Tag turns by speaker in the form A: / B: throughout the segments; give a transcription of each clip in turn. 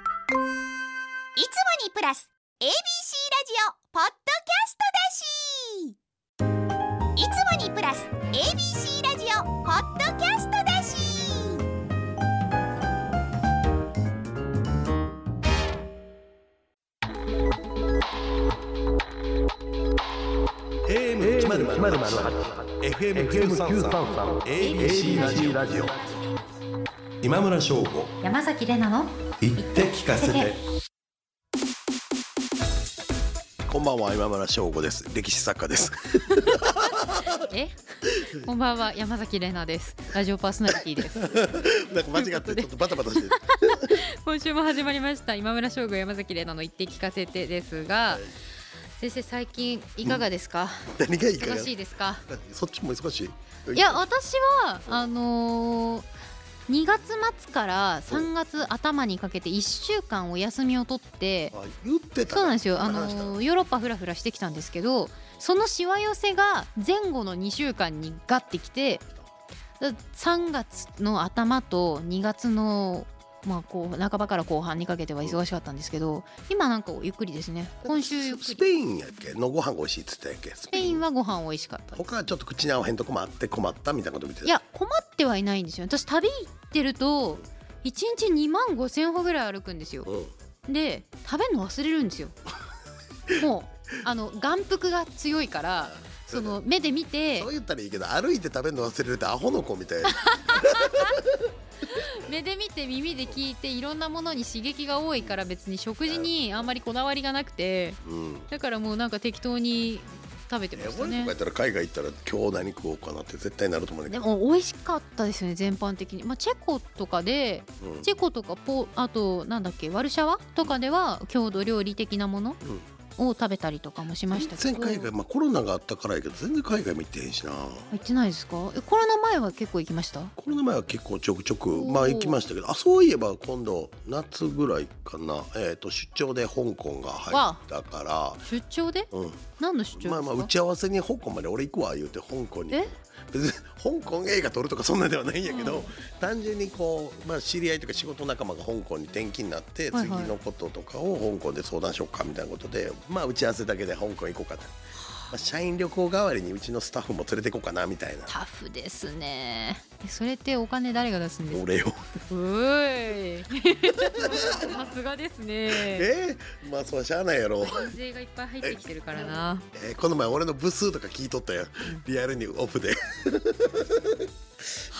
A: いつもにプラス ABC ラジオポッドキャストだしいつもにプラス ABC ラジオポッドキャストだし
B: AM1008 FM933 ABC ラジオ今村翔吾
C: 山崎れなの
B: 言って聞かせ
C: 聞か
B: てこんばんは今村翔吾です歴史作家です
C: えこんばんは山崎れなですラジオパーソナリティです
B: なんか間違ってちょっとバタバタしてる
C: 今週も始まりました今村翔吾山崎れなの言って聞かせてですが先生最近いかがですか、
B: 何がいいか
C: 忙
B: が
C: しいですか
B: そっちも忙しい
C: いや私はあのー2月末から3月頭にかけて1週間お休みを取って
B: あ言ってた
C: そうなんですよ、あ
B: 今話した
C: のーヨーロッパフラフラしてきたんですけどそのしわ寄せが前後の2週間にガッてきてだ3月の頭と2月の、まあ、こう半ばから後半にかけては忙しかったんですけど今なんかゆっくりですね今週ゆっく
B: ス
C: り
B: ペインやっけのご飯が美味しいって言ってたやっけス
C: スペインはご飯美味しかった
B: 他はちょっと口に合わへんとこもあって困ったみたいなこと見てた
C: いや困ってはいないんですよ私旅行ってると1日2万5千歩ぐらい歩くんですよ
B: うん
C: で食べるの忘れる んですよもうあの眼福が強いからその目で見て
B: そう言ったらいいけど歩いて食べるの忘れるってアホの子みたいな
C: 目で見て耳で聞いていろんなものに刺激が多いから別に食事にあんまりこだわりがなくて
B: うん
C: だからもうなんか適当に食べてま
B: え
C: し
B: 俺と
C: た
B: か
C: ね
B: やったら海外行ったら今日何食おうかなって絶対なると思うんだけ
C: で
B: ど
C: も美味しかったですよね全般的に、まあ、チェコとかで
B: うん
C: チェコとかポあとなんだっけワルシャワとかでは郷土料理的なものを食べたりとかもしましたけ
B: 全
C: ど
B: 然海外、まあ、コロナがあったからやけど全然海外も行ってへんしな
C: 行ってないですかえコロナ前は結構行きました
B: コロナ前は結構ちょくちょく
C: おー
B: まあ行きましたけどあそういえば今度夏ぐらいかな、えー、と出張で香港が入ったか
C: 出張で
B: ら、うん、
C: 何の出張ですか
B: まあまあ打ち合わせに香港まで俺行くわ言うて香港に
C: え
B: 別に香港映画撮るとかそんなんではないんやけど、
C: うん
B: 単純にこう、まあ、知り合いというか仕事仲間が香港に転勤になって、
C: はいはい
B: 次のこととかを香港で相談しようかみたいなことで、まあ、打ち合わせだけで香港行こうかと、まあ、社員旅行代わりにうちのスタッフも連れて行こうかなみたいな
C: タフですねえそれってお金誰が出すんですか
B: 俺を
C: う ーいさすがですね
B: えー、まあそれはしゃあないやろ、
C: 税がいっぱい入ってきてるからな
B: えーこの前俺の部数とか聞いとったやんリアルにオフでい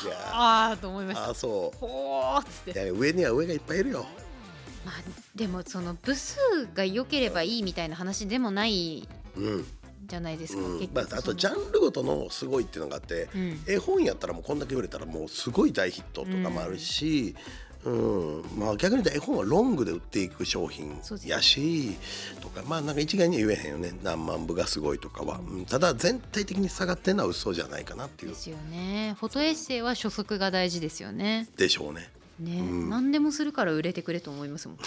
B: や
C: ああと思いました
B: ああそ
C: ほーっつっ
B: うい
C: て
B: や上には上がいっぱいいるよ
C: まあでもその部数が良ければいいみたいな話でもない
B: うん
C: じゃないですか、
B: うん
C: 結
B: ま
C: 局
B: あ、あとジャンルごとのすごいっていうのがあって
C: うん
B: 絵本やったらもうこんだけ売れたらもうすごい大ヒットとかもあるし、うんまあ、逆に言うと絵本はロングで売っていく商品
C: そうですね
B: やしとかまあなんか一概には言えへんよね何万部がすごいとかは、うんただ全体的に下がってるのは嘘じゃないかなっていう
C: ですよねフォトエッセイは初速が大事ですよね
B: でしょ うね。
C: ね、
B: うん
C: 何でもするから売れてくれと思いますもん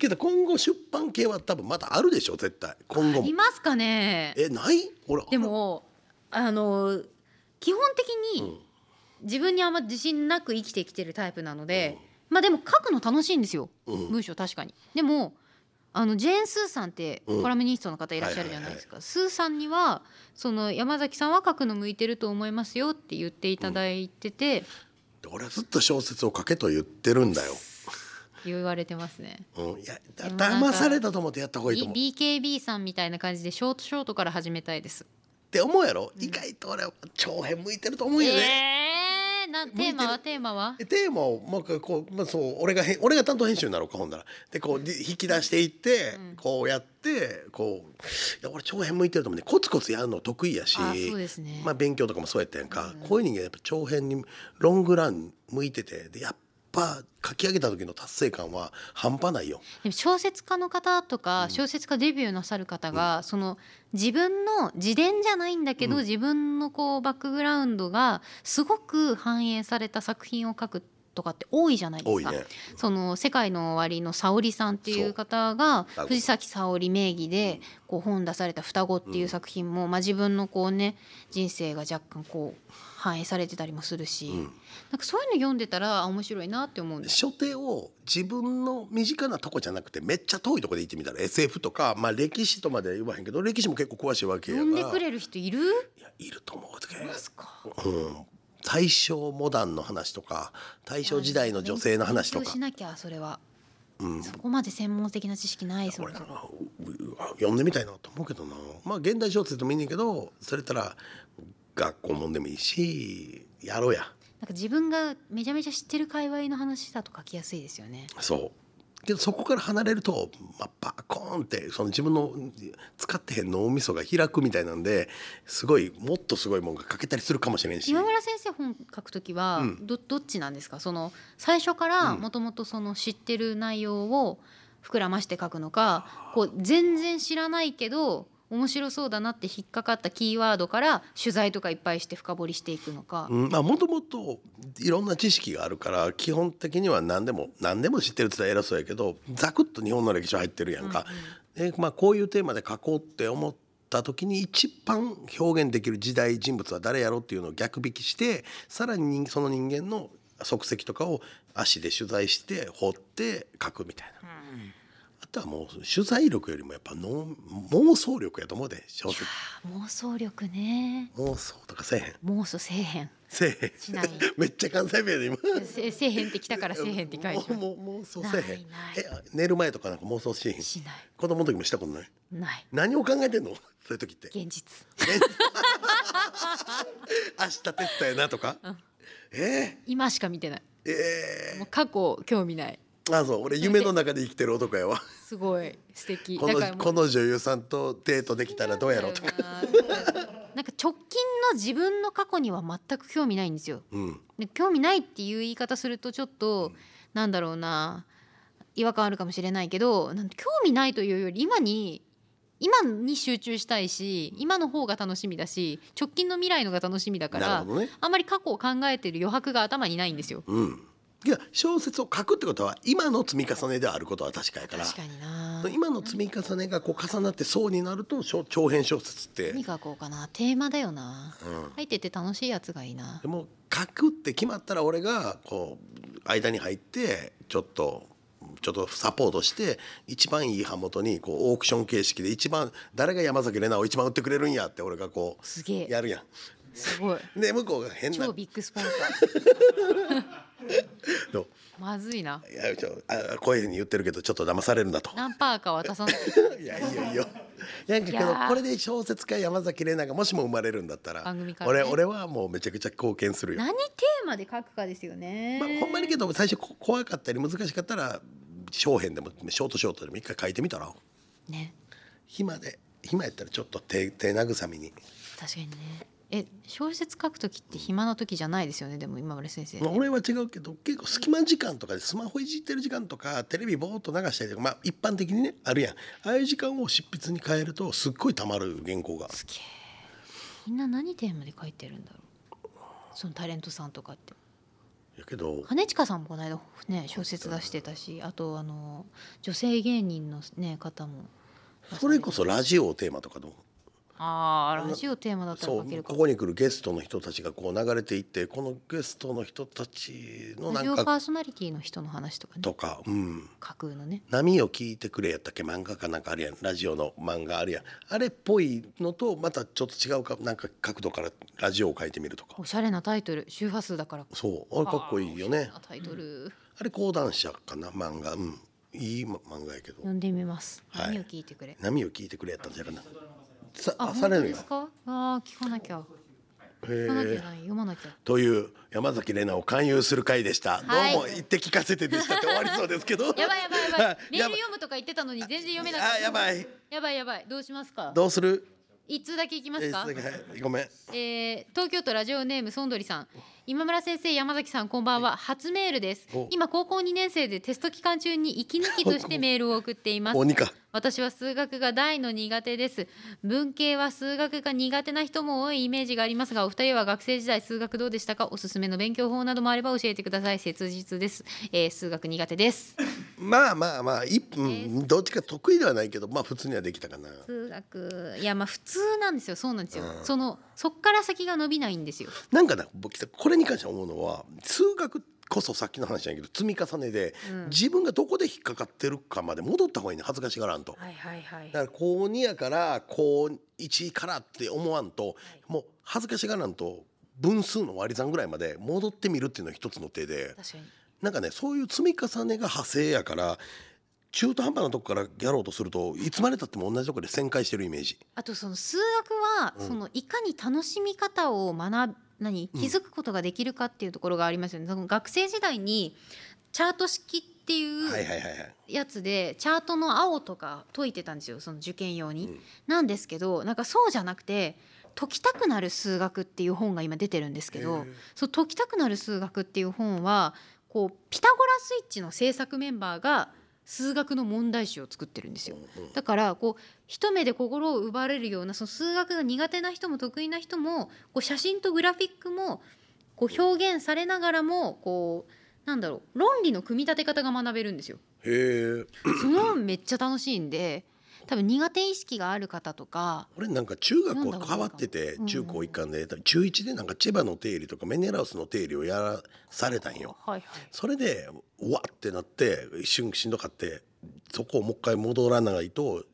B: けど今後出版系は多分まだあるでしょ絶対今後
C: い
B: も。
C: ますかね
B: えない俺
C: でもあの基本的
B: う
C: に
B: ん
C: 自分にあんま自信なく生きてきてるタイプなので、まあでも書くの楽しいんですよ
B: うん
C: 文章確かに。でもあのジェーン・スーさんって
B: うん
C: コラムニストの方いらっしゃるじゃないですか、スーさんにはその山崎さんは書くの向いてると思いますよって言っていただいてて、
B: 俺はずっと小説を書けと言ってるんだよ。
C: 言われてますね
B: うん、いやだ
C: でもなんか
B: 騙されたと思ってやった方がいいと思う。
C: B- BKB さんみたいな感じでショートショートから始めたいです
B: って思うやろ、意外と俺は長編向いてると思うんよね、
C: えー、なテーマはテーマは
B: でテーマをもう一回こう、まあ、そう俺がへん俺が担当編集になろうかほんならでこうり引き出していって、
C: うん
B: こうやってこういや俺長編向いてると思うねコツコツやるの得意やし、
C: あそうですね、
B: まあ、勉強とかもそうやったやんか、
C: うん
B: こういう人間やっぱ長編にロングラン向いててでやっぱ書き上げた時の達成感は半端ないよ。
C: でも小説家の方と
B: う
C: か
B: ん
C: 小説家デビューなさる方が、その自分の自伝じゃないんだけど、
B: うん
C: 自分のこうバックグラウンドがすごく反映された作品を書くとかって多いじゃないで
B: 多
C: す
B: い
C: か。
B: ね
C: その世界の終わりの沙織さんっていう方が
B: そう
C: 藤崎沙織名義でこう本出された「双子」っていう作品も、まあ、自分のこうね人生が若干こう反映されてたりもするし、
B: うん
C: なんかそういうの読んでたらあ面白いなって思うんです。
B: 書店を自分の身近なとこじゃなくてめっちゃ遠いとこで行ってみたら SF とか、まあ、歴史とまでは言わへんけど歴史も結構詳しいわけや
C: 読
B: から
C: んでくれる人いる
B: いやいると思うけ
C: い
B: ど
C: ますか
B: うん、大正モダンの話とか大正時代の女性の話と
C: 勉強
B: か
C: し、なきゃそれは
B: うん、
C: そこまで専門的な知識ないですも
B: 俺
C: ん
B: な読んでみたいなと思うけどなまあ現代小説でもいいねんけどそれたら学校もんでもいいしやろうや
C: なんか自分がめちゃめちゃ知ってる界隈の話だと書きやすいですよね。
B: そうけどそこから離れると、まあ、バコーンってその自分の使ってへん脳みそが開くみたいなんですごいもっとすごいもんが書けたりするかもしれんし
C: 今村先生本書くときは
B: うん
C: ど,、どっちなんですかその最初から
B: うん
C: もともとその知ってる内容を膨らまして書くのか、こう全然知らないけど面白そうだなって引っかかったキーワードから取材とかいっぱいして深掘りしていくのか、
B: うんまあもともといろんな知識があるから基本的には何でも何でも知ってるって言ったら偉そうやけどざくっと日本の歴史入ってるやんか、でまあ、こういうテーマで書こうって思った時に一番表現できる時代人物は誰やろっていうのを逆引きしてさらにその人間の足跡とかを足で取材して掘って書くみたいな。あとはもう取材力よりもやっぱ脳妄想力やと思うで小説
C: 妄想力ね
B: 妄想とかせえへん
C: 妄想せえへん
B: せえへん
C: しない
B: めっちゃ関西弁やで今。
C: せせえへんってきたからせえへんって書いてある
B: もうもう妄想せえへん
C: ない
B: え寝る前とかなんか妄想しへん
C: しない
B: 子供の時もしたことない
C: ない
B: 何を考えてんの そういう時って
C: 現実
B: 明日テストやなとか、
C: うん
B: え
C: 今しか見てない
B: ー、え
C: もう過去興味ない
B: ー、あそう俺夢の中で生きてる男 やわ
C: すごい素敵
B: こ
C: だから
B: の
C: もう
B: この女優さんとデートできたらどうやろうとか、
C: なんか直近の自分の過去には全く興味ないんですよ。
B: うん、
C: で興味ないっていう言い方するとちょっと、
B: うん
C: なんだろうな違和感あるかもしれないけどなん興味ないというより今に今に集中したいし今の方が楽しみだし直近の未来のが楽しみだか
B: なる
C: ら
B: ほどね
C: あんまり過去を考えてる余白が頭にないんですよ。
B: うんいや小説を書くってことは今の積み重ねであることは確かやから
C: 確かにな
B: 今の積み重ねがこう重なって層になると小長編小説って、
C: 何書こうかなテーマだよな
B: うん、
C: 入ってて楽しいやつがいいな
B: でも書くって決まったら俺がこう間に入ってちょっとちょっとサポートして一番いい版元にこうオークション形式で一番誰が山崎怜奈を一番売ってくれるんやって俺がこ
C: すげ
B: う
C: え
B: やるや
C: すごい
B: ん。で向こうが変な
C: 超ビッグスポンサー。
B: の
C: まずいな。
B: いやちょあこういうふうに言ってるけどちょっと騙されるんだと。
C: 何パーか 渡さない。
B: いやいいよいいよ。なんかけ
C: いや
B: ど
C: ー
B: これで小説家山崎怜奈がもしも生まれるんだったら
C: 番組からね
B: 俺俺はもうめちゃくちゃ貢献するよ。
C: 何テーマで書くかですよね。
B: まあ、ほんまにけど最初こ怖かったり難しかったら小編でもショートショートでも一回書いてみたら
C: ね、
B: 暇で暇やったらちょっと手手慰みに
C: 確かにね。え、小説書くときって暇なときじゃないですよね。でも今村先生。
B: まあ俺は違うけど結構隙間時間とかでスマホいじってる時間とかテレビぼーっと流したりとかまあ一般的にねあるやんああいう時間を執筆に変えるとすっごいたまる原稿が
C: すげえ。みんな何テーマで書いてるんだろう。そのタレントさんとかって。
B: やけど
C: 兼近さんもこの間ね小説出してたし、あとあの女性芸人のね方も。
B: それこそラジオをテーマとかの
C: ああラジオテーマだったら
B: そ
C: 書
B: う
C: けるか
B: こ。こに来るゲストの人たちがこう流れていってこのゲストの人たちのな
C: ラジオパ
B: んか
C: ーソナリティの人の話とかね。
B: とかうん
C: 架空のね。
B: 波を聞いてくれやったっけ漫画かなんかあるやんラジオの漫画あるやんあれっぽいのとまたちょっと違うかなんか角度からラジオを書いてみるとか
C: おしゃれなタイトル周波数だから
B: そうあれかっこいいよね
C: あタイトル、
B: あれ講談社かな漫画うんいいま漫画やけど
C: 読んでみます。
B: はい
C: 何を聞いてくれ。
B: 波を聞いてくれやったんじゃないかなさあ
C: 本
B: されるん
C: 当で
B: や
C: すか。ああ聞かなきゃ。
B: へ
C: 聞かなきゃ
B: え
C: な読ま なきゃ。
B: という山崎怜奈を勧誘する回でした、
C: はい
B: どうも言って聞かせてでしたって終わりそうですけど
C: やばいやばいやばい
B: あ。
C: メール 読むとか言ってたのに全然読めなかった。
B: あやばい
C: やばいやばい。どうしますか。
B: どうする
C: 一通だけいきますか
B: え。ーはいごめん
C: えー東京都ラジオネームそんどりさん。今村先生山崎さんこんばんは初メールです
B: お
C: 今高校2年生でテスト期間中に息抜きと してメールを送っています
B: 鬼か
C: 私は数学が大の苦手です文系は数学が苦手な人も多いイメージがありますがお二人は学生時代数学どうでしたかおすすめの勉強法などもあれば教えてください切実です、えー、数学苦手です
B: まあまあまあ一分どっちか得意ではないけどまあ普通にはできたかな
C: 数学いやまあ普通なんですよそうなんですよ、
B: うん
C: そのそっから先が伸びないんですよ
B: なんかな僕これに関して思うのは数学こそさっきの話やけど積み重ねで
C: うん
B: 自分がどこで引っかかってるかまで戻った方がいいね恥ずかしがらんと。
C: はいはいはい
B: だから高2やから高1からって思わんともう恥ずかしがらんと分数の割り算ぐらいまで戻ってみるっていうのは一つの手で
C: 確かに
B: なんかねそういう積み重ねが派生やから中途半端なとこからやろうとするといつまでたっても同じとこで旋回してるイメージ。
C: あとその数学は、
B: うん
C: そのいかに楽しみ方を学ぶ何
B: う
C: 気
B: ん
C: づくことができるかっていうところがありますよね。その学生時代にチャート式ってい
B: はいうはいはいはい
C: やつでチャートの青とか解いてたんですよその受験用に。
B: うん
C: なんですけどなんかそうじゃなくて解きたくなる数学っていう本が今出てるんですけ
B: へ
C: ど
B: ー
C: そう解きたくなる数学っていう本はこうピタゴラスイッチの制作メンバーが数学の問題集を作ってるんですよ。
B: うんうん
C: だからこう一目で心を奪われるようなその数学が苦手な人も得意な人もこう写真とグラフィックもこう表現されながらもこうなんだろう論理の組み立て方が学べるんですよ。
B: へえ
C: そのめっちゃ楽しいんで多分苦手意識がある方とか
B: 俺なんか中学
C: 読ん
B: 校
C: だこと
B: 変わってて
C: うん
B: 中高一貫で多分中1でなんかチェバの定理とかメネラウスの定理をやらされたんよ。
C: はいはい、
B: それでうわってなって一瞬しんどかってそこをもう一回戻らないと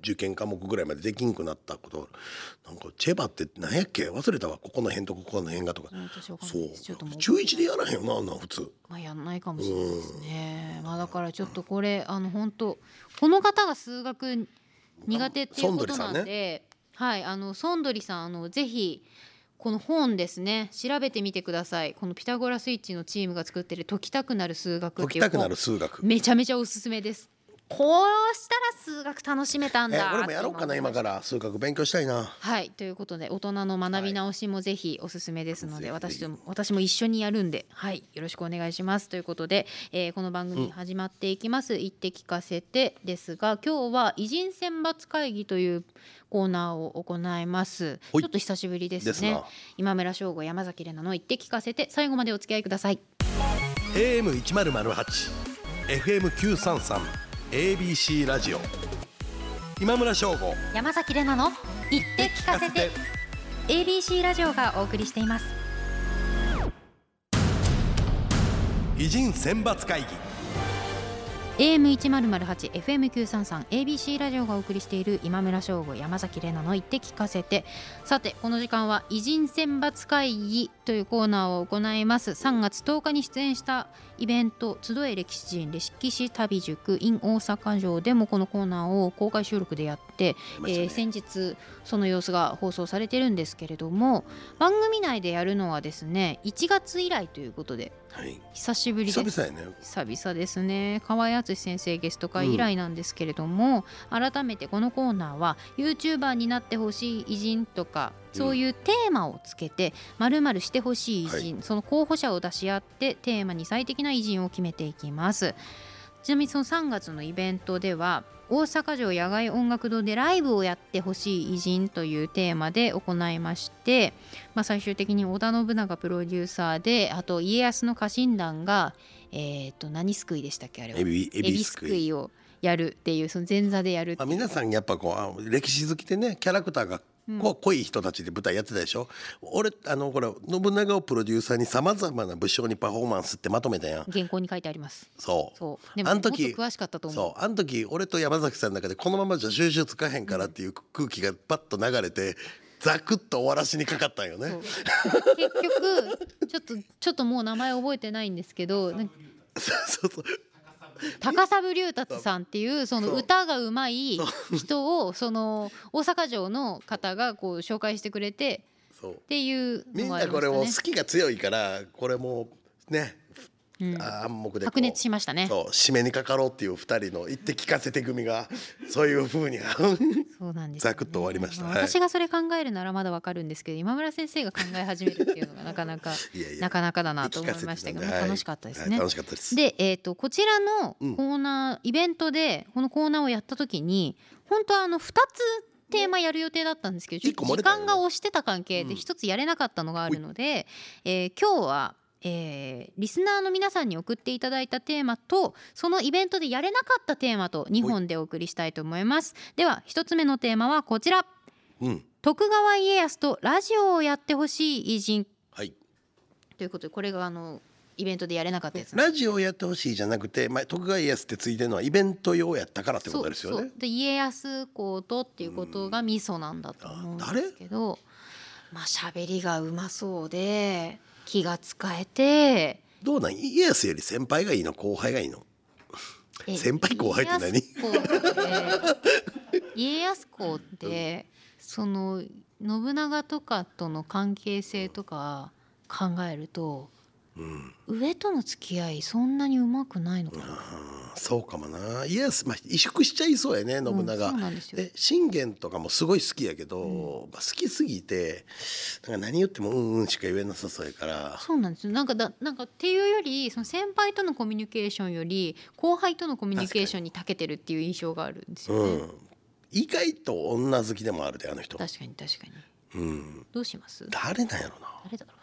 B: 受験科目ぐらいまでできんくなったことなんかチェバって何やっけ忘れたわここの辺とここの辺がとか。
C: うん私わかん
B: そ
C: ないうですちょっとも
B: 中1でやらへんよなあんなん普通
C: まあ、やんないかもしれないですね。まあ、だからちょっとこれあの本当この方が数学苦手っていうことなん
B: ソンドリさ
C: で、
B: ん
C: はいあのソンドリさんあのぜひこの本ですね調べてみてくださいこの「ピタゴラスイッチ」のチームが作ってる「解きたくなる数学」
B: 解
C: って
B: き
C: いう
B: たくな
C: 本
B: る数学
C: めちゃめちゃおすすめですこうしたら数学楽しめたん
B: え
C: だ
B: 俺もやろうかな今からら数学勉強したいな
C: はいということで大人の学び直しもぜひおすすめですので、
B: ぜひぜ
C: 私
B: ひ
C: とも私も一緒にやるんではいよろしくお願いしますということで、えーこの番組始まっていきます「言って聞かせて」ですが今日は偉人選抜会議というコーナーを行いますちょ
B: ほい
C: っと久しぶりで
B: ですす
C: ね
B: な
C: 今村翔吾山崎怜奈の「言って聞かせて」最後までお付き合いください
B: AM1008 FM933 ABC ラジオ今村翔吾
C: 山崎怜奈の「言って聞かせて」ABC ラジオがお送りしています
B: 偉人選抜会議
C: AM 一ゼロゼロ八 FM 九三三 ABC ラジオがお送りしている今村翔吾山崎怜奈の言って聞かせて。さてこの時間は偉人選抜会議というコーナーを行います。3月10日に出演したイベント集え歴史人歴史旅塾 in 大阪城でもこのコーナーを公開収録でやって、えー先日その様子が放送されてるんですけれども、番組内でやるのはですね1月以来ということで
B: はい、
C: 久しぶりです。
B: 久々やね
C: 久々ですね河合敦先生ゲスト会以来なんですけれども、改めてこのコーナーは YouTuber になってほしい偉人とかそういうテーマをつけて〇〇してほしい偉人、その候補者を出し合ってテーマに最適な偉人を決めていきますちなみにその3月のイベントでは大阪城野外音楽堂でライブをやってほしい偉人というテーマで行いまして、まあ、最終的に織田信長プロデューサーであと家康の家臣団が、えー、と何すくいでしたっけあれは
B: エビエ
C: エビ
B: ビ
C: す
B: す
C: く
B: く
C: い
B: い、
C: をやるっていうその前座でやるって
B: ま
C: い
B: あ、
C: う
B: 皆さんやっぱこうあ歴史好きでねキャラクターが
C: うん
B: こう濃い人たちで舞台やってたでしょ、俺あのこれ信長をプロデューサーにさまざまな武将にパフォーマンスってまとめたやん
C: 原稿に書いてあります
B: そう
C: そうでも
B: あの時
C: もっと詳しかったと思う
B: そうあの時俺と山崎さんの中でこのままじゃ収集つかへんからっていう空気がパッと流れてザクッと終わらしにかかったんよね
C: そう結局ちょっとちょっともう名前覚えてないんですけどなんか
B: そうそう
C: 高砂龍達さんっていうその
B: そう
C: 歌がうまい人をその大阪城の方がこう紹介してくれて
B: そう
C: っていう
B: み
C: の
B: ん
C: があ
B: な
C: りま
B: こ
C: し
B: れ
C: た
B: を
C: ね
B: 好。きが強いからこれもうね
C: うん
B: 暗黙でこう
C: 白熱しましたね。
B: そう締めにかかろうっていう二人の言って聞かせて組がそういう風 に
C: そうなんです、
B: ざくっと終わりました
C: あ
B: はい
C: 私がそれ考えるならまだわかるんですけど、今村先生が考え始めるっていうのがなかなか
B: いやいや
C: なかなかだなと思いましたけ
B: 聞かせてたん
C: ど、
B: ではい
C: 楽しかったです
B: は
C: ね。
B: い楽しかったです。
C: で、えー、とこちらのコ
B: うん
C: ーナー、イベントでこのコーナーをやった時に本当はあの2つテーマやる予定だったんですけどちょっと
B: 一個漏
C: 時
B: れたよね
C: 間が押してた関係
B: う
C: で
B: ん
C: 1つやれなかったのがあるので、えー今日は、えーリスナーの皆さんに送っていただいたテーマとそのイベントでやれなかったテーマと2本でお送りしたいと思います。では1つ目のテーマはこちら
B: うん、
C: 徳川家康とラジオをやってほしい偉人
B: はい。
C: ということでこれがあのイベントでやれなかったやつなんで
B: ラ
C: す
B: ジオをやってほしいじゃなくて、まあ徳川家康ってついてるのはイベント用やったからってことですよ
C: そう
B: ね
C: そ。うで家康公とっていうことがミソなんだと思うんですけど、まあ喋りがうまそうで気が使えて
B: どうなん家康より先輩がいいの後輩がいいの。
C: え
B: 先輩後輩って何
C: 家康公って家康公ってその信長とかとの関係性とか考えると
B: うん、
C: 上との付き合いそんなにうまくないのかな。
B: あーそうかもな。家康まあ萎縮しちゃいそうやね信長。
C: うんそうなんですよ
B: で信玄とかもすごい好きやけど、まあ、好きすぎてなんか何言ってもうんうんしか言えなさそうやから
C: そうなんですよなんかだなんかっていうよりその先輩とのコミュニケーションより後輩とのコミュニケーションに長けてるっていう印象があるんですよ
B: う
C: ね。
B: ん、意外と女好きでもあるであの人、
C: 確かに確かに
B: うん、
C: どうします
B: 誰なんやろな、
C: 誰だろ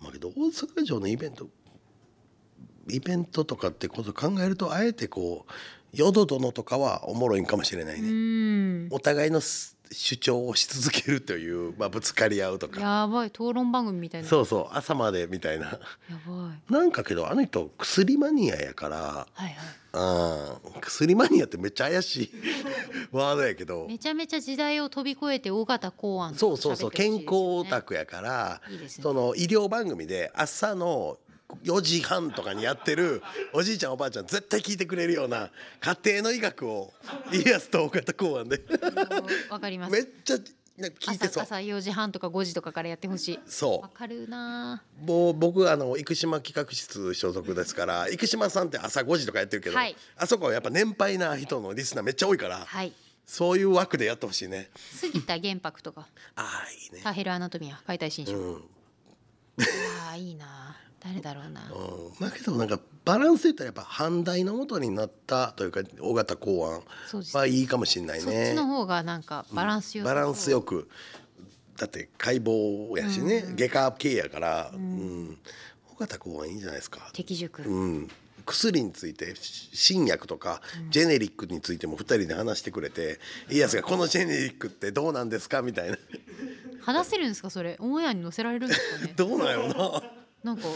B: まあ、けど大阪城のイベントイベントとかってこと考えるとあえてこう淀殿とかはおもろいんかもしれないう
C: う
B: ね、
C: ーん
B: お互いのす主張をし続けるという、まあ、ぶつかり合うとか
C: やばい討論番組みたいなや
B: そうそう朝までみたいな
C: ばい
B: なんかけどあの人薬マニアやから
C: はいは
B: あー薬マニアってめっちゃ怪しい ワードやけど
C: いめちゃめちゃ時代を飛び越えて尾形公安
B: そうそうそう健康オタ
C: ク
B: クやから
C: いいですね
B: その医療番組で朝の4時半とかにやってるおじいちゃんおばあちゃん絶対聞いてくれるような家庭の医学を家康と大方公安で
C: わかりま す
B: めっちゃなんか聞いて
C: 朝
B: そう
C: 朝4時半とか5時とかからやってほしい
B: そ
C: わかるなぁ
B: うもう僕あの生島企画室所属ですから生島さんって朝5時とかやってるけど、
C: はい
B: あそこはやっぱ年配な人のリスナーめっちゃ多いから
C: はい
B: そういう枠でやってほしいね
C: 杉田玄白とか
B: ああいいね
C: サヘルアナトミア解体新書
B: うん
C: ああいいな誰だろうな
B: うんまあけどなんかバランスで言ったらやっぱ反対のもとになったというか尾形考案
C: そうですね
B: はいいかもしれない
C: そっち
B: ね
C: の方がなんかバランスよさそう
B: バランスよくだって解剖やしね、外科系やから、うん尾形考案いいんじゃないですか、
C: 敵塾
B: うん、薬についてし新薬とかジェネリックについても2人で話してくれて家康が「このジェネリックってどうなんですか?」み たいな
C: 話せるんですかそれオンエアに載せられるんですかね
B: どうなんやろな。
C: なんか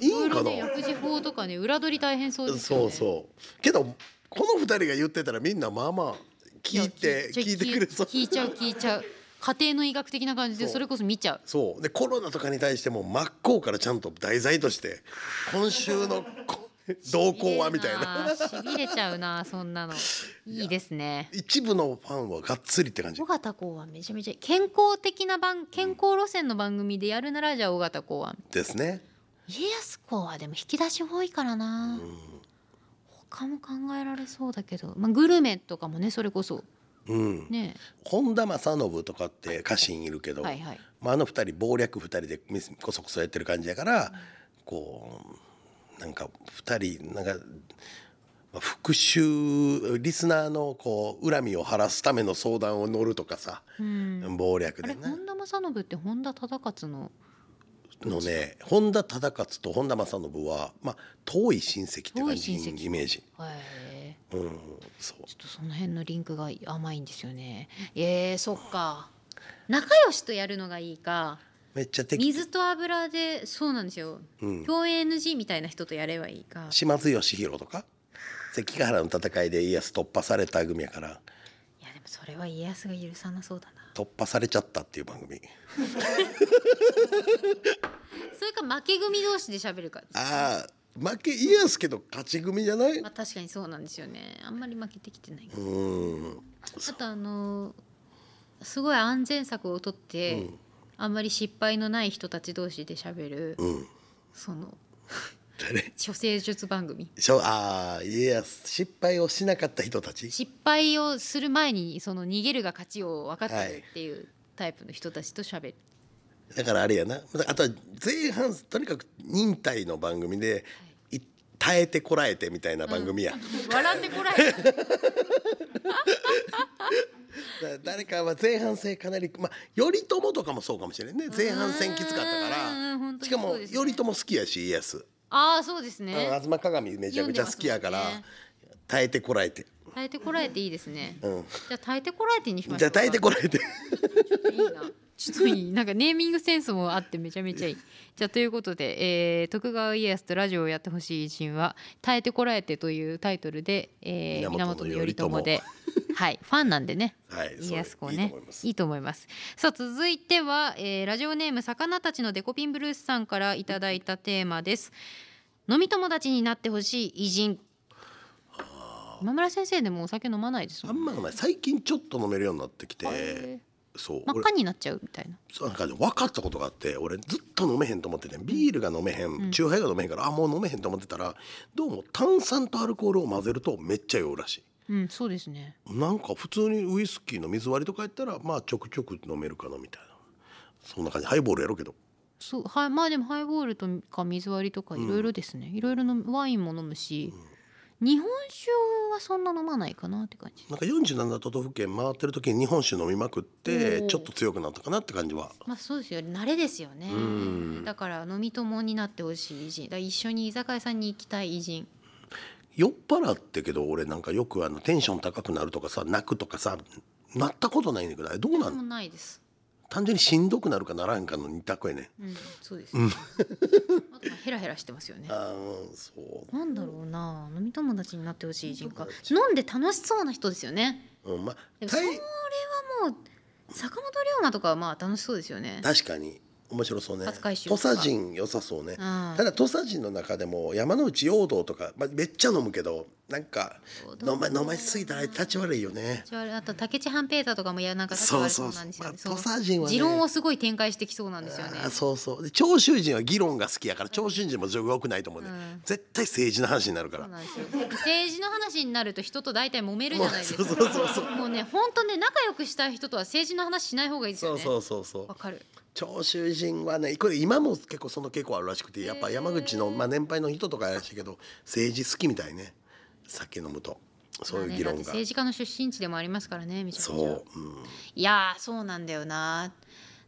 B: いいんかな
C: ろね薬事法とかね裏取り大変そうです
B: そ
C: よね
B: うそうけどこの二人が言ってたらみんなまあまあ聞いて
C: や
B: 聞いてくれそう
C: 聞いちゃう聞いちゃう家庭の医学的な感じで
B: そう
C: それこそ見ちゃう
B: そうでコロナとかに対しても真っ向からちゃんと題材として今週のこ動向はみたいな
C: しびれちゃうなそん なのいいですね
B: 一部のファンはがっつりって感じ
C: 尾形公はめちゃめちゃ健康的な番健康路線の番組でやるならじゃあ尾形公は
B: ですね
C: 家康公はでも引き出し多いからな、他も考えられそうだけど、まあ、グルメとかもねそれこそ
B: うん
C: ね
B: 本田正信とかって家臣いるけど、
C: はいはい
B: まあ、あの二人謀略二人でみすこそこそやってる感じやから、こうなんか二人なんかまあ復讐リスナーのこう恨みを晴らすための相談を乗るとかさ
C: うん
B: 謀略
C: あ
B: で
C: れ
B: ね
C: 本田正信って本田忠勝の
B: のね本田忠勝と本田正信は、まあ、遠い親戚って
C: 遠
B: 感
C: い親
B: じ
C: 戚
B: イメージ。
C: へえ
B: うん、そう
C: ちょっとその辺のリンクが甘いんですよねえー、そっか仲良しとやるのがいいか
B: めっちゃ敵、
C: 水と油でそうなんですよ
B: うん、
C: 共演 NG みたいな人とやればいいか
B: 島津義弘とか関ヶ原の戦いで家康突破された組やから
C: いやでもそれは家康が許さなそうだな
B: 突破されちゃったっていう番組。
C: それか負け組同士で喋るか
B: ああ負けいやすけど勝ち組じゃない
C: まあ、確かにそうなんですよねあんまり負けてきてない、
B: うん
C: あとあのーすごい安全策をとって、あんまり失敗のない人たち同士で喋る、
B: うん
C: その
B: 誰
C: 処世術番組
B: しょあーいや失敗をしなかった人たち
C: 失敗をする前にその逃げるが勝ちを分かって
B: はい
C: るっていうタイプの人たちと喋る、
B: だからあれやなあとは前半とにかく忍耐の番組で、い耐えてこらえてみたいな番組や、
C: 笑ってこられた
B: だ誰かは前半戦かなりまあ頼朝とかもそうかもしれないね 前半戦きつかったから
C: ら
B: しかも頼朝好きやし家康、
C: ああそうですね
B: うん東鏡めちゃくちゃ好きやから、
C: 読んでま
B: 耐えてこらえて、
C: 耐えてこられていいですね、
B: うん、
C: じゃあ耐えてこられてにしまし
B: じ
C: ょ
B: ゃ
C: う
B: あ耐えてこらえて
C: いいな。ちょっといいなんかネーミングセンスもあってめちゃめちゃいい。じゃあということで、えー徳川家康とラジオをやってほしい偉人は「耐えてこらえて」というタイトルで、えー
B: 源
C: 源頼
B: 頼朝
C: 朝で、はい、ファンなんでね
B: はいそう
C: 家康公
B: いい
C: ね
B: と思います
C: いいと思いますさあ続いては、えーラジオネーム魚たちのデコピンブルースさんからいただいたテーマです飲み友達になってほしい偉人今村先生でもお酒飲まないです
B: あ
C: もん
B: んまの前最近ちょっと飲めるようになってき
C: へ
B: てそう
C: 真っ
B: 俺
C: 赤になっちゃうみたいな
B: そうなんかね分かったことがあって俺ずっと飲めへんと思っててビールが飲めへん、
C: ん
B: チューハイが飲めへんからあもう飲めへんと思ってたらどうも炭酸とアルコールを混ぜるとめっちゃ酔うらしい。
C: うんそうですね
B: なんか普通にウイスキーの水割りとかやったらまあちょくちょく飲めるかなみたいなそんな感じハイボールやろうけど
C: そうはいまあでもハイボールとか水割りとかいろいろですね、いろいろのワインも飲むし、日本酒はそんな飲まないかなって感じ
B: なんか47都道府県回ってる時に日本酒飲みまくって
C: おー
B: ちょっと強くなったかなって感じは
C: まあそうですよね慣れですよね
B: うん
C: だから飲み友になってほしい偉人だから一緒に居酒屋さんに行きたい偉人
B: 酔っ払ってけど俺なんかよくあのテンション高くなるとかさ泣くとかさなったことないねんだけどあれどうな
C: それも
B: ん
C: ないです
B: 単純にしんどくなるかならんかの二択やねん
C: うんそうです、あとはヘラヘラしてますよね
B: あーそ
C: なんだろうな飲み友達になってほしい偉人か
B: 飲み友達
C: 飲んで楽しそうな人ですよね
B: う、うん、まあ
C: でもそ
B: たい
C: れはもう坂本龍馬とかはまあ楽しそうですよね
B: 確かに面白そうね
C: 勝海舟
B: 土
C: とか
B: 佐人良さそうね
C: うん
B: ただ土佐人の中でも山内陽道とか、まあ、めっちゃ飲むけどなんか飲ま飲ましすぎたら立ち悪いよね
C: じゃああと竹地半平太とかもいやなんか立ち悪そうなんですよね。
B: そうそうそうまあ
C: その
B: 土佐人はね
C: 持論をすごい展開してきそうなんですよね
B: あ。ーそうそうで長州人は議論が好きやから長州人もよくないと思うね、
C: うん
B: 絶対政治の話になるから
C: そうなんですよ政治の話になると人と大体揉めるじゃないですか。
B: もうそうそうそうそう
C: もうね本当ね仲良くしたい人とは政治の話しない方がいいです
B: そ
C: よ
B: う
C: ね。
B: そうそうそう
C: わかる。
B: 長州人はねこれ今も結構その傾向あるらしくてやっぱ山口の、まあ、年配の人とからしいけど政治好きみたいね酒飲むとそういう議論
C: まあねだって
B: が、
C: 政治家の出身地でもありますからね。みちゃくちゃ
B: そう、うん、
C: いやーそうなんだよな。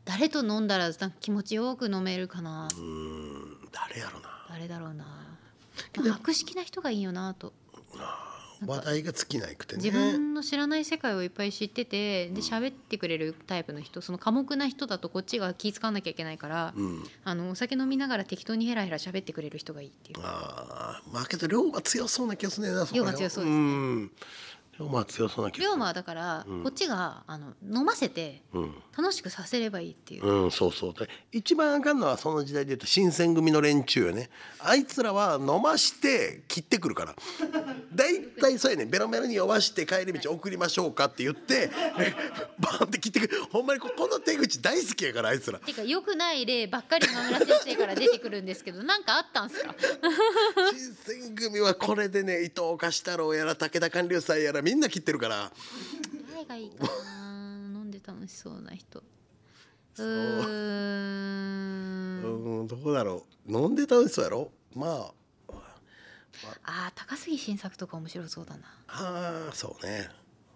C: 誰と飲んだらなんか気持ちよく飲めるかな。
B: うーん誰やろな
C: 誰だろうな。まあ博識な人がいいよなと。
B: 話題が尽きないくてね
C: 自分の知らない世界をいっぱい知っててで喋ってくれるタイプの人その寡黙な人だとこっちが気使わなきゃいけないから、
B: うん、
C: あのお酒飲みながら適当にヘラヘラ喋ってくれる人がいいっていう
B: あーまあけど龍馬強そうな気がするねんなそこ
C: 龍馬強そうですね
B: ん龍馬は強そうな気が
C: 龍
B: する
C: 馬はだから、
B: うん
C: こっちがあの飲ませて
B: うん
C: 楽しくさせればいいっていう、
B: うん、そうそうで一番あかんのはその時代で言うと新選組の連中よねあいつらは飲まして切ってくるから大体そうやねベロベロに酔わして帰り道送りましょうかって言って えバーンって切ってくるほんまにここの手口大好きやからあいつら
C: てか良くない例ばっかり今村先生から出てくるんですけどなんかあったんすか
B: 新選組はこれでね伊藤貸太郎やら武田官僚さんやらみんな切ってるから
C: 誰がいいかな飲んで楽しそうな人うー
B: うんんどうだろう飲んで楽しそうやろまあ
C: あー高杉晋作とか面白そうだな
B: ああそうね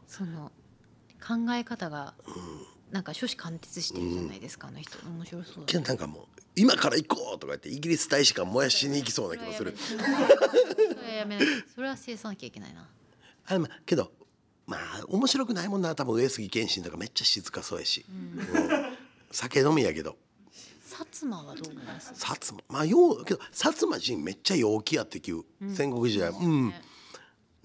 C: その考え方がなんか初子貫徹してるじゃないですか、あの人面白そう
B: けどなんかもう今から行こうとか言ってイギリス大使館燃やしに行きそうな気もする
C: それはやめなきゃそれは制さなきゃいけないな
B: あまあけどまあ面白くないもんな多分上杉謙信とかめっちゃ静かそうやし、うん酒飲みやけど
C: 薩摩はどう思います
B: 薩摩まあようけど薩摩人めっちゃ陽気やってきゅう、戦国時代うん、
C: ね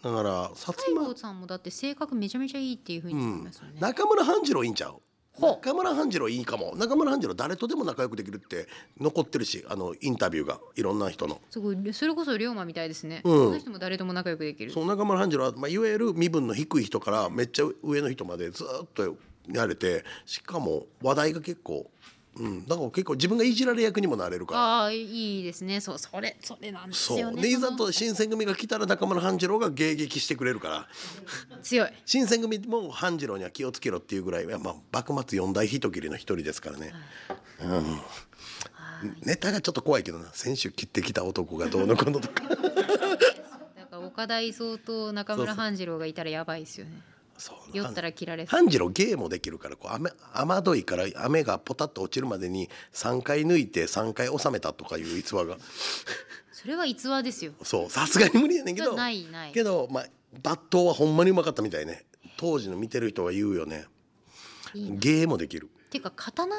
B: だから薩
C: 西
B: 摩
C: 郷さんもだって性格めちゃめちゃいいっていうふうに
B: う
C: 思い
B: ん
C: ますよね、
B: 中村半次郎いいんちゃう
C: ほう
B: 中村半次郎いいかも中村半次郎誰とでも仲良くできるって残ってるしあのインタビューがいろんな人の
C: すごいそれこそ龍馬みたいですね、
B: うん
C: その人も誰とも仲良くできる
B: そう中村半次郎は、まあ、いわゆる身分の低い人からめっちゃ上の人までずっとやれてしかも話題が結構うん、だから結構自分がいじられ役にもなれるから
C: ああいいですねそうそれそれなんです
B: そ
C: よ
B: う
C: ね
B: でい
C: そ
B: ざ
C: の
B: と新選組が来たら中村半次郎が迎撃してくれるから
C: 強い
B: 新選組も半次郎には気をつけろっていうぐらいいやまあ幕末四大人斬りの一人ですからね、
C: はい
B: ネタがちょっと怖いけどな先週切ってきた男がどうのこうのと か
C: だから岡田伊総と中
B: そうそ
C: 村
B: う
C: 半次郎がいたらやばいですよね
B: そう
C: 酔ったら切られそう
B: 半次郎芸もできるからこう雨雨どいから雨がポタッと落ちるまでに3回抜いて3回収めたとかいう逸話が
C: それは逸話ですよ
B: そうさすがに無理やねんけ
C: じゃ
B: ど
C: ないない
B: けど、まあ、抜刀はほんまにうまかったみたいね当時の見てる人は言うよね
C: いいな
B: 芸もできる
C: てか刀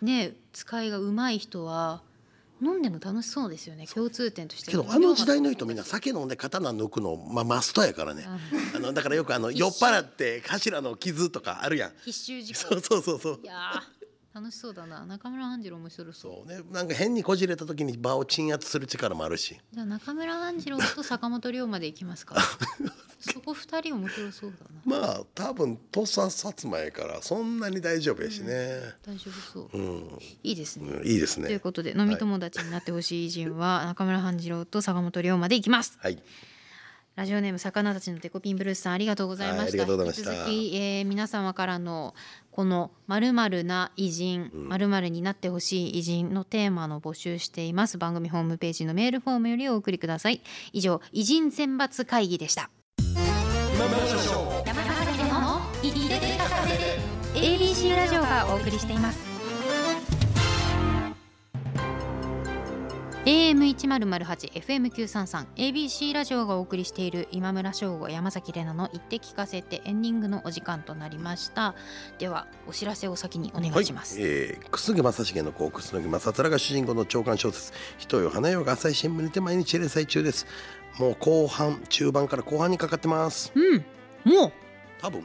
C: ね使いが上手い人は飲んでも楽しそうですよね共通点として
B: けどあの時代の人みんな酒飲んで刀抜くの、まあ、マストやからね
C: うん
B: あのだからよくあの酔っ払って頭の傷とかあるやん
C: 必修事
B: そ
C: 項
B: うそうそうそう
C: いやー楽しそうだな中村半次郎面白そう
B: そうねなんか変にこじれた時に場を鎮圧する力もあるし
C: じゃあ中村半次郎と坂本龍馬で行きま すかそこ二人面白そうだな
B: まあ多分土佐薩摩やからそんなに大丈夫やしね
C: 大丈夫そう
B: うん、
C: いいですね、
B: うんいいです
C: という
B: ね
C: ことで飲み友達になってほしい偉人は中村半次郎と坂本龍馬で行きます
B: はい
C: ラジオネーム魚たちのデコピンブルースさんありがとうござい
B: は
C: ました。
B: いありがとうございました
C: 引き続き、えー皆様からのこのまるまるな偉人、
B: うん
C: まるまるになってほしい偉人のテーマの募集しています。番組ホームページのメールフォームよりお送りください。以上偉人選抜会議でした。山崎でのいでで ABC ラジオがお送りしています。AM1008、FM933、ABC ラジオがお送りしている今村翔吾、山崎玲奈の言って聞かせてエンディングのお時間となりました。では、お知らせを先にお願いします。
B: はいえー、楠木正成の子楠木正虎が主人公の長官小説「人よ花よ」が朝日新聞にて毎日連載中ですもう後半中盤から後半にかかってます
C: うん、もう
B: 多分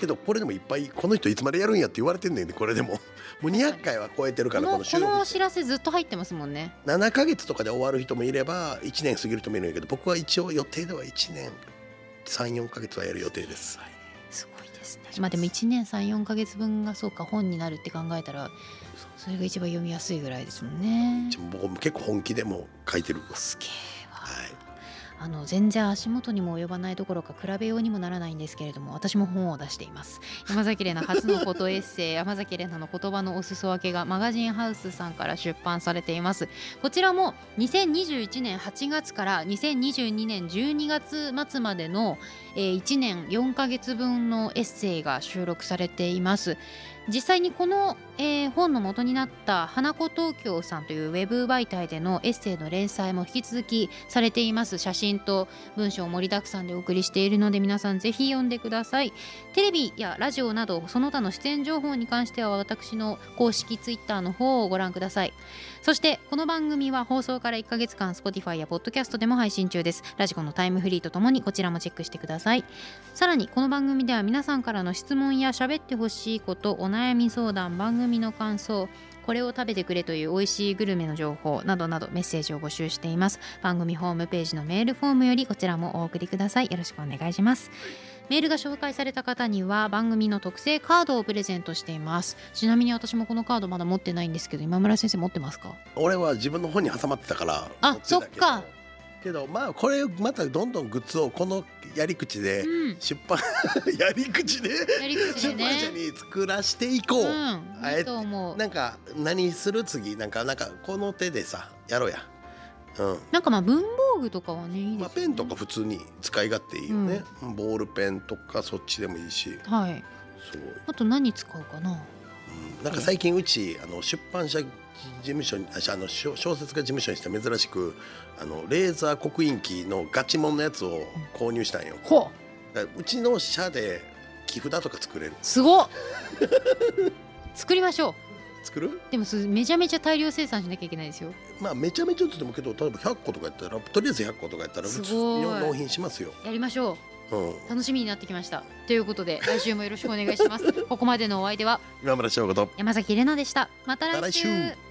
B: けどこれでもいっぱいこの人いつまでやるんやって言われてんねんねこれでももう200回は超えてる
C: こ
B: からこ
C: の
B: の
C: こ
B: 収
C: のお
B: 録
C: 知らせずっと入ってますもんね。
B: 7ヶ月とかで終わる人もいれば1年過ぎる人もいるんやけど僕は一応予定では1年34ヶ月はやる予定です、
C: すごいですね。まあでも1年34ヶ月分がそうか本になるって考えたらそれが一番読みやすいぐらいですもんね。
B: 僕も結構本気でもう書いてる
C: すげえわ
B: はい
C: あの全然足元にも及ばないどころか比べようにもならないんですけれども私も本を出しています山崎怜奈初のことエッ セイ山崎怜奈の言葉のお裾分けがマガジンハウスさんから出版されていますこちらも2021年8月から2022年12月末までの、えー1年4ヶ月分のエッセイが収録されています実際にこの、えー本の元になった花子東京さんというウェブ媒体でのエッセイの連載も引き続きされています写真と文章盛りだくさんでお送りしているので皆さんぜひ読んでくださいテレビやラジオなどその他の出演情報に関しては私の公式ツイッターの方をご覧くださいそしてこの番組は放送から1ヶ月間 Spotify や Podcast でも配信中ですラジコのタイムフリーとともにこちらもチェックしてくださいさらにこの番組では皆さんからの質問や喋ってほしいことお悩み相談番組の感想これを食べてくれという美味しいグルメの情報などなどメッセージを募集しています番組ホームページのメールフォームよりこちらもお送りくださいよろしくお願いしますメールが紹介された方には番組の特製カードをプレゼントしていますちなみに私もこのカードまだ持ってないんですけど今村先生持ってますか
B: 俺は自分の本に挟まってたから
C: あ
B: 持てたけど
C: そっか
B: けどまあこれまたどんどんグッズをこのやり口で
C: うん
B: 出版 やり口で
C: やり口
B: 出
C: でね
B: 版社に作らしていこう、
C: うんいいと思う
B: なんか何する次なんかなんかこの手でさやろうやうん
C: なんかまあ文房具とかはねいいですよね
B: まあ、ペンとか普通に使い勝手いいよね、ボールペンとかそっちでもいいし
C: はい
B: そう、
C: あと何使うかな
B: うん、なんか最近うちあの出版社事務所にああの小小説家事務所にして珍しくあのレーザー刻印機のガチモンのやつを購入したんよ、
C: ほう
B: だからうちの社で木札とか作れる
C: すごっ 作りましょう
B: 作る
C: でもすめちゃめちゃ大量生産しなきゃいけないですよ
B: まあめちゃめちゃずつでもけど例えば100個とかやったらとりあえず100個とかやったらうち
C: すごい
B: の納品しますよ、
C: やりましょう
B: うん、
C: 楽しみになってきましたということで来週 もよろしくお願いしますここまでのお相手は
B: 今村翔吾と
C: 山崎れなでしたまた来週
B: また来週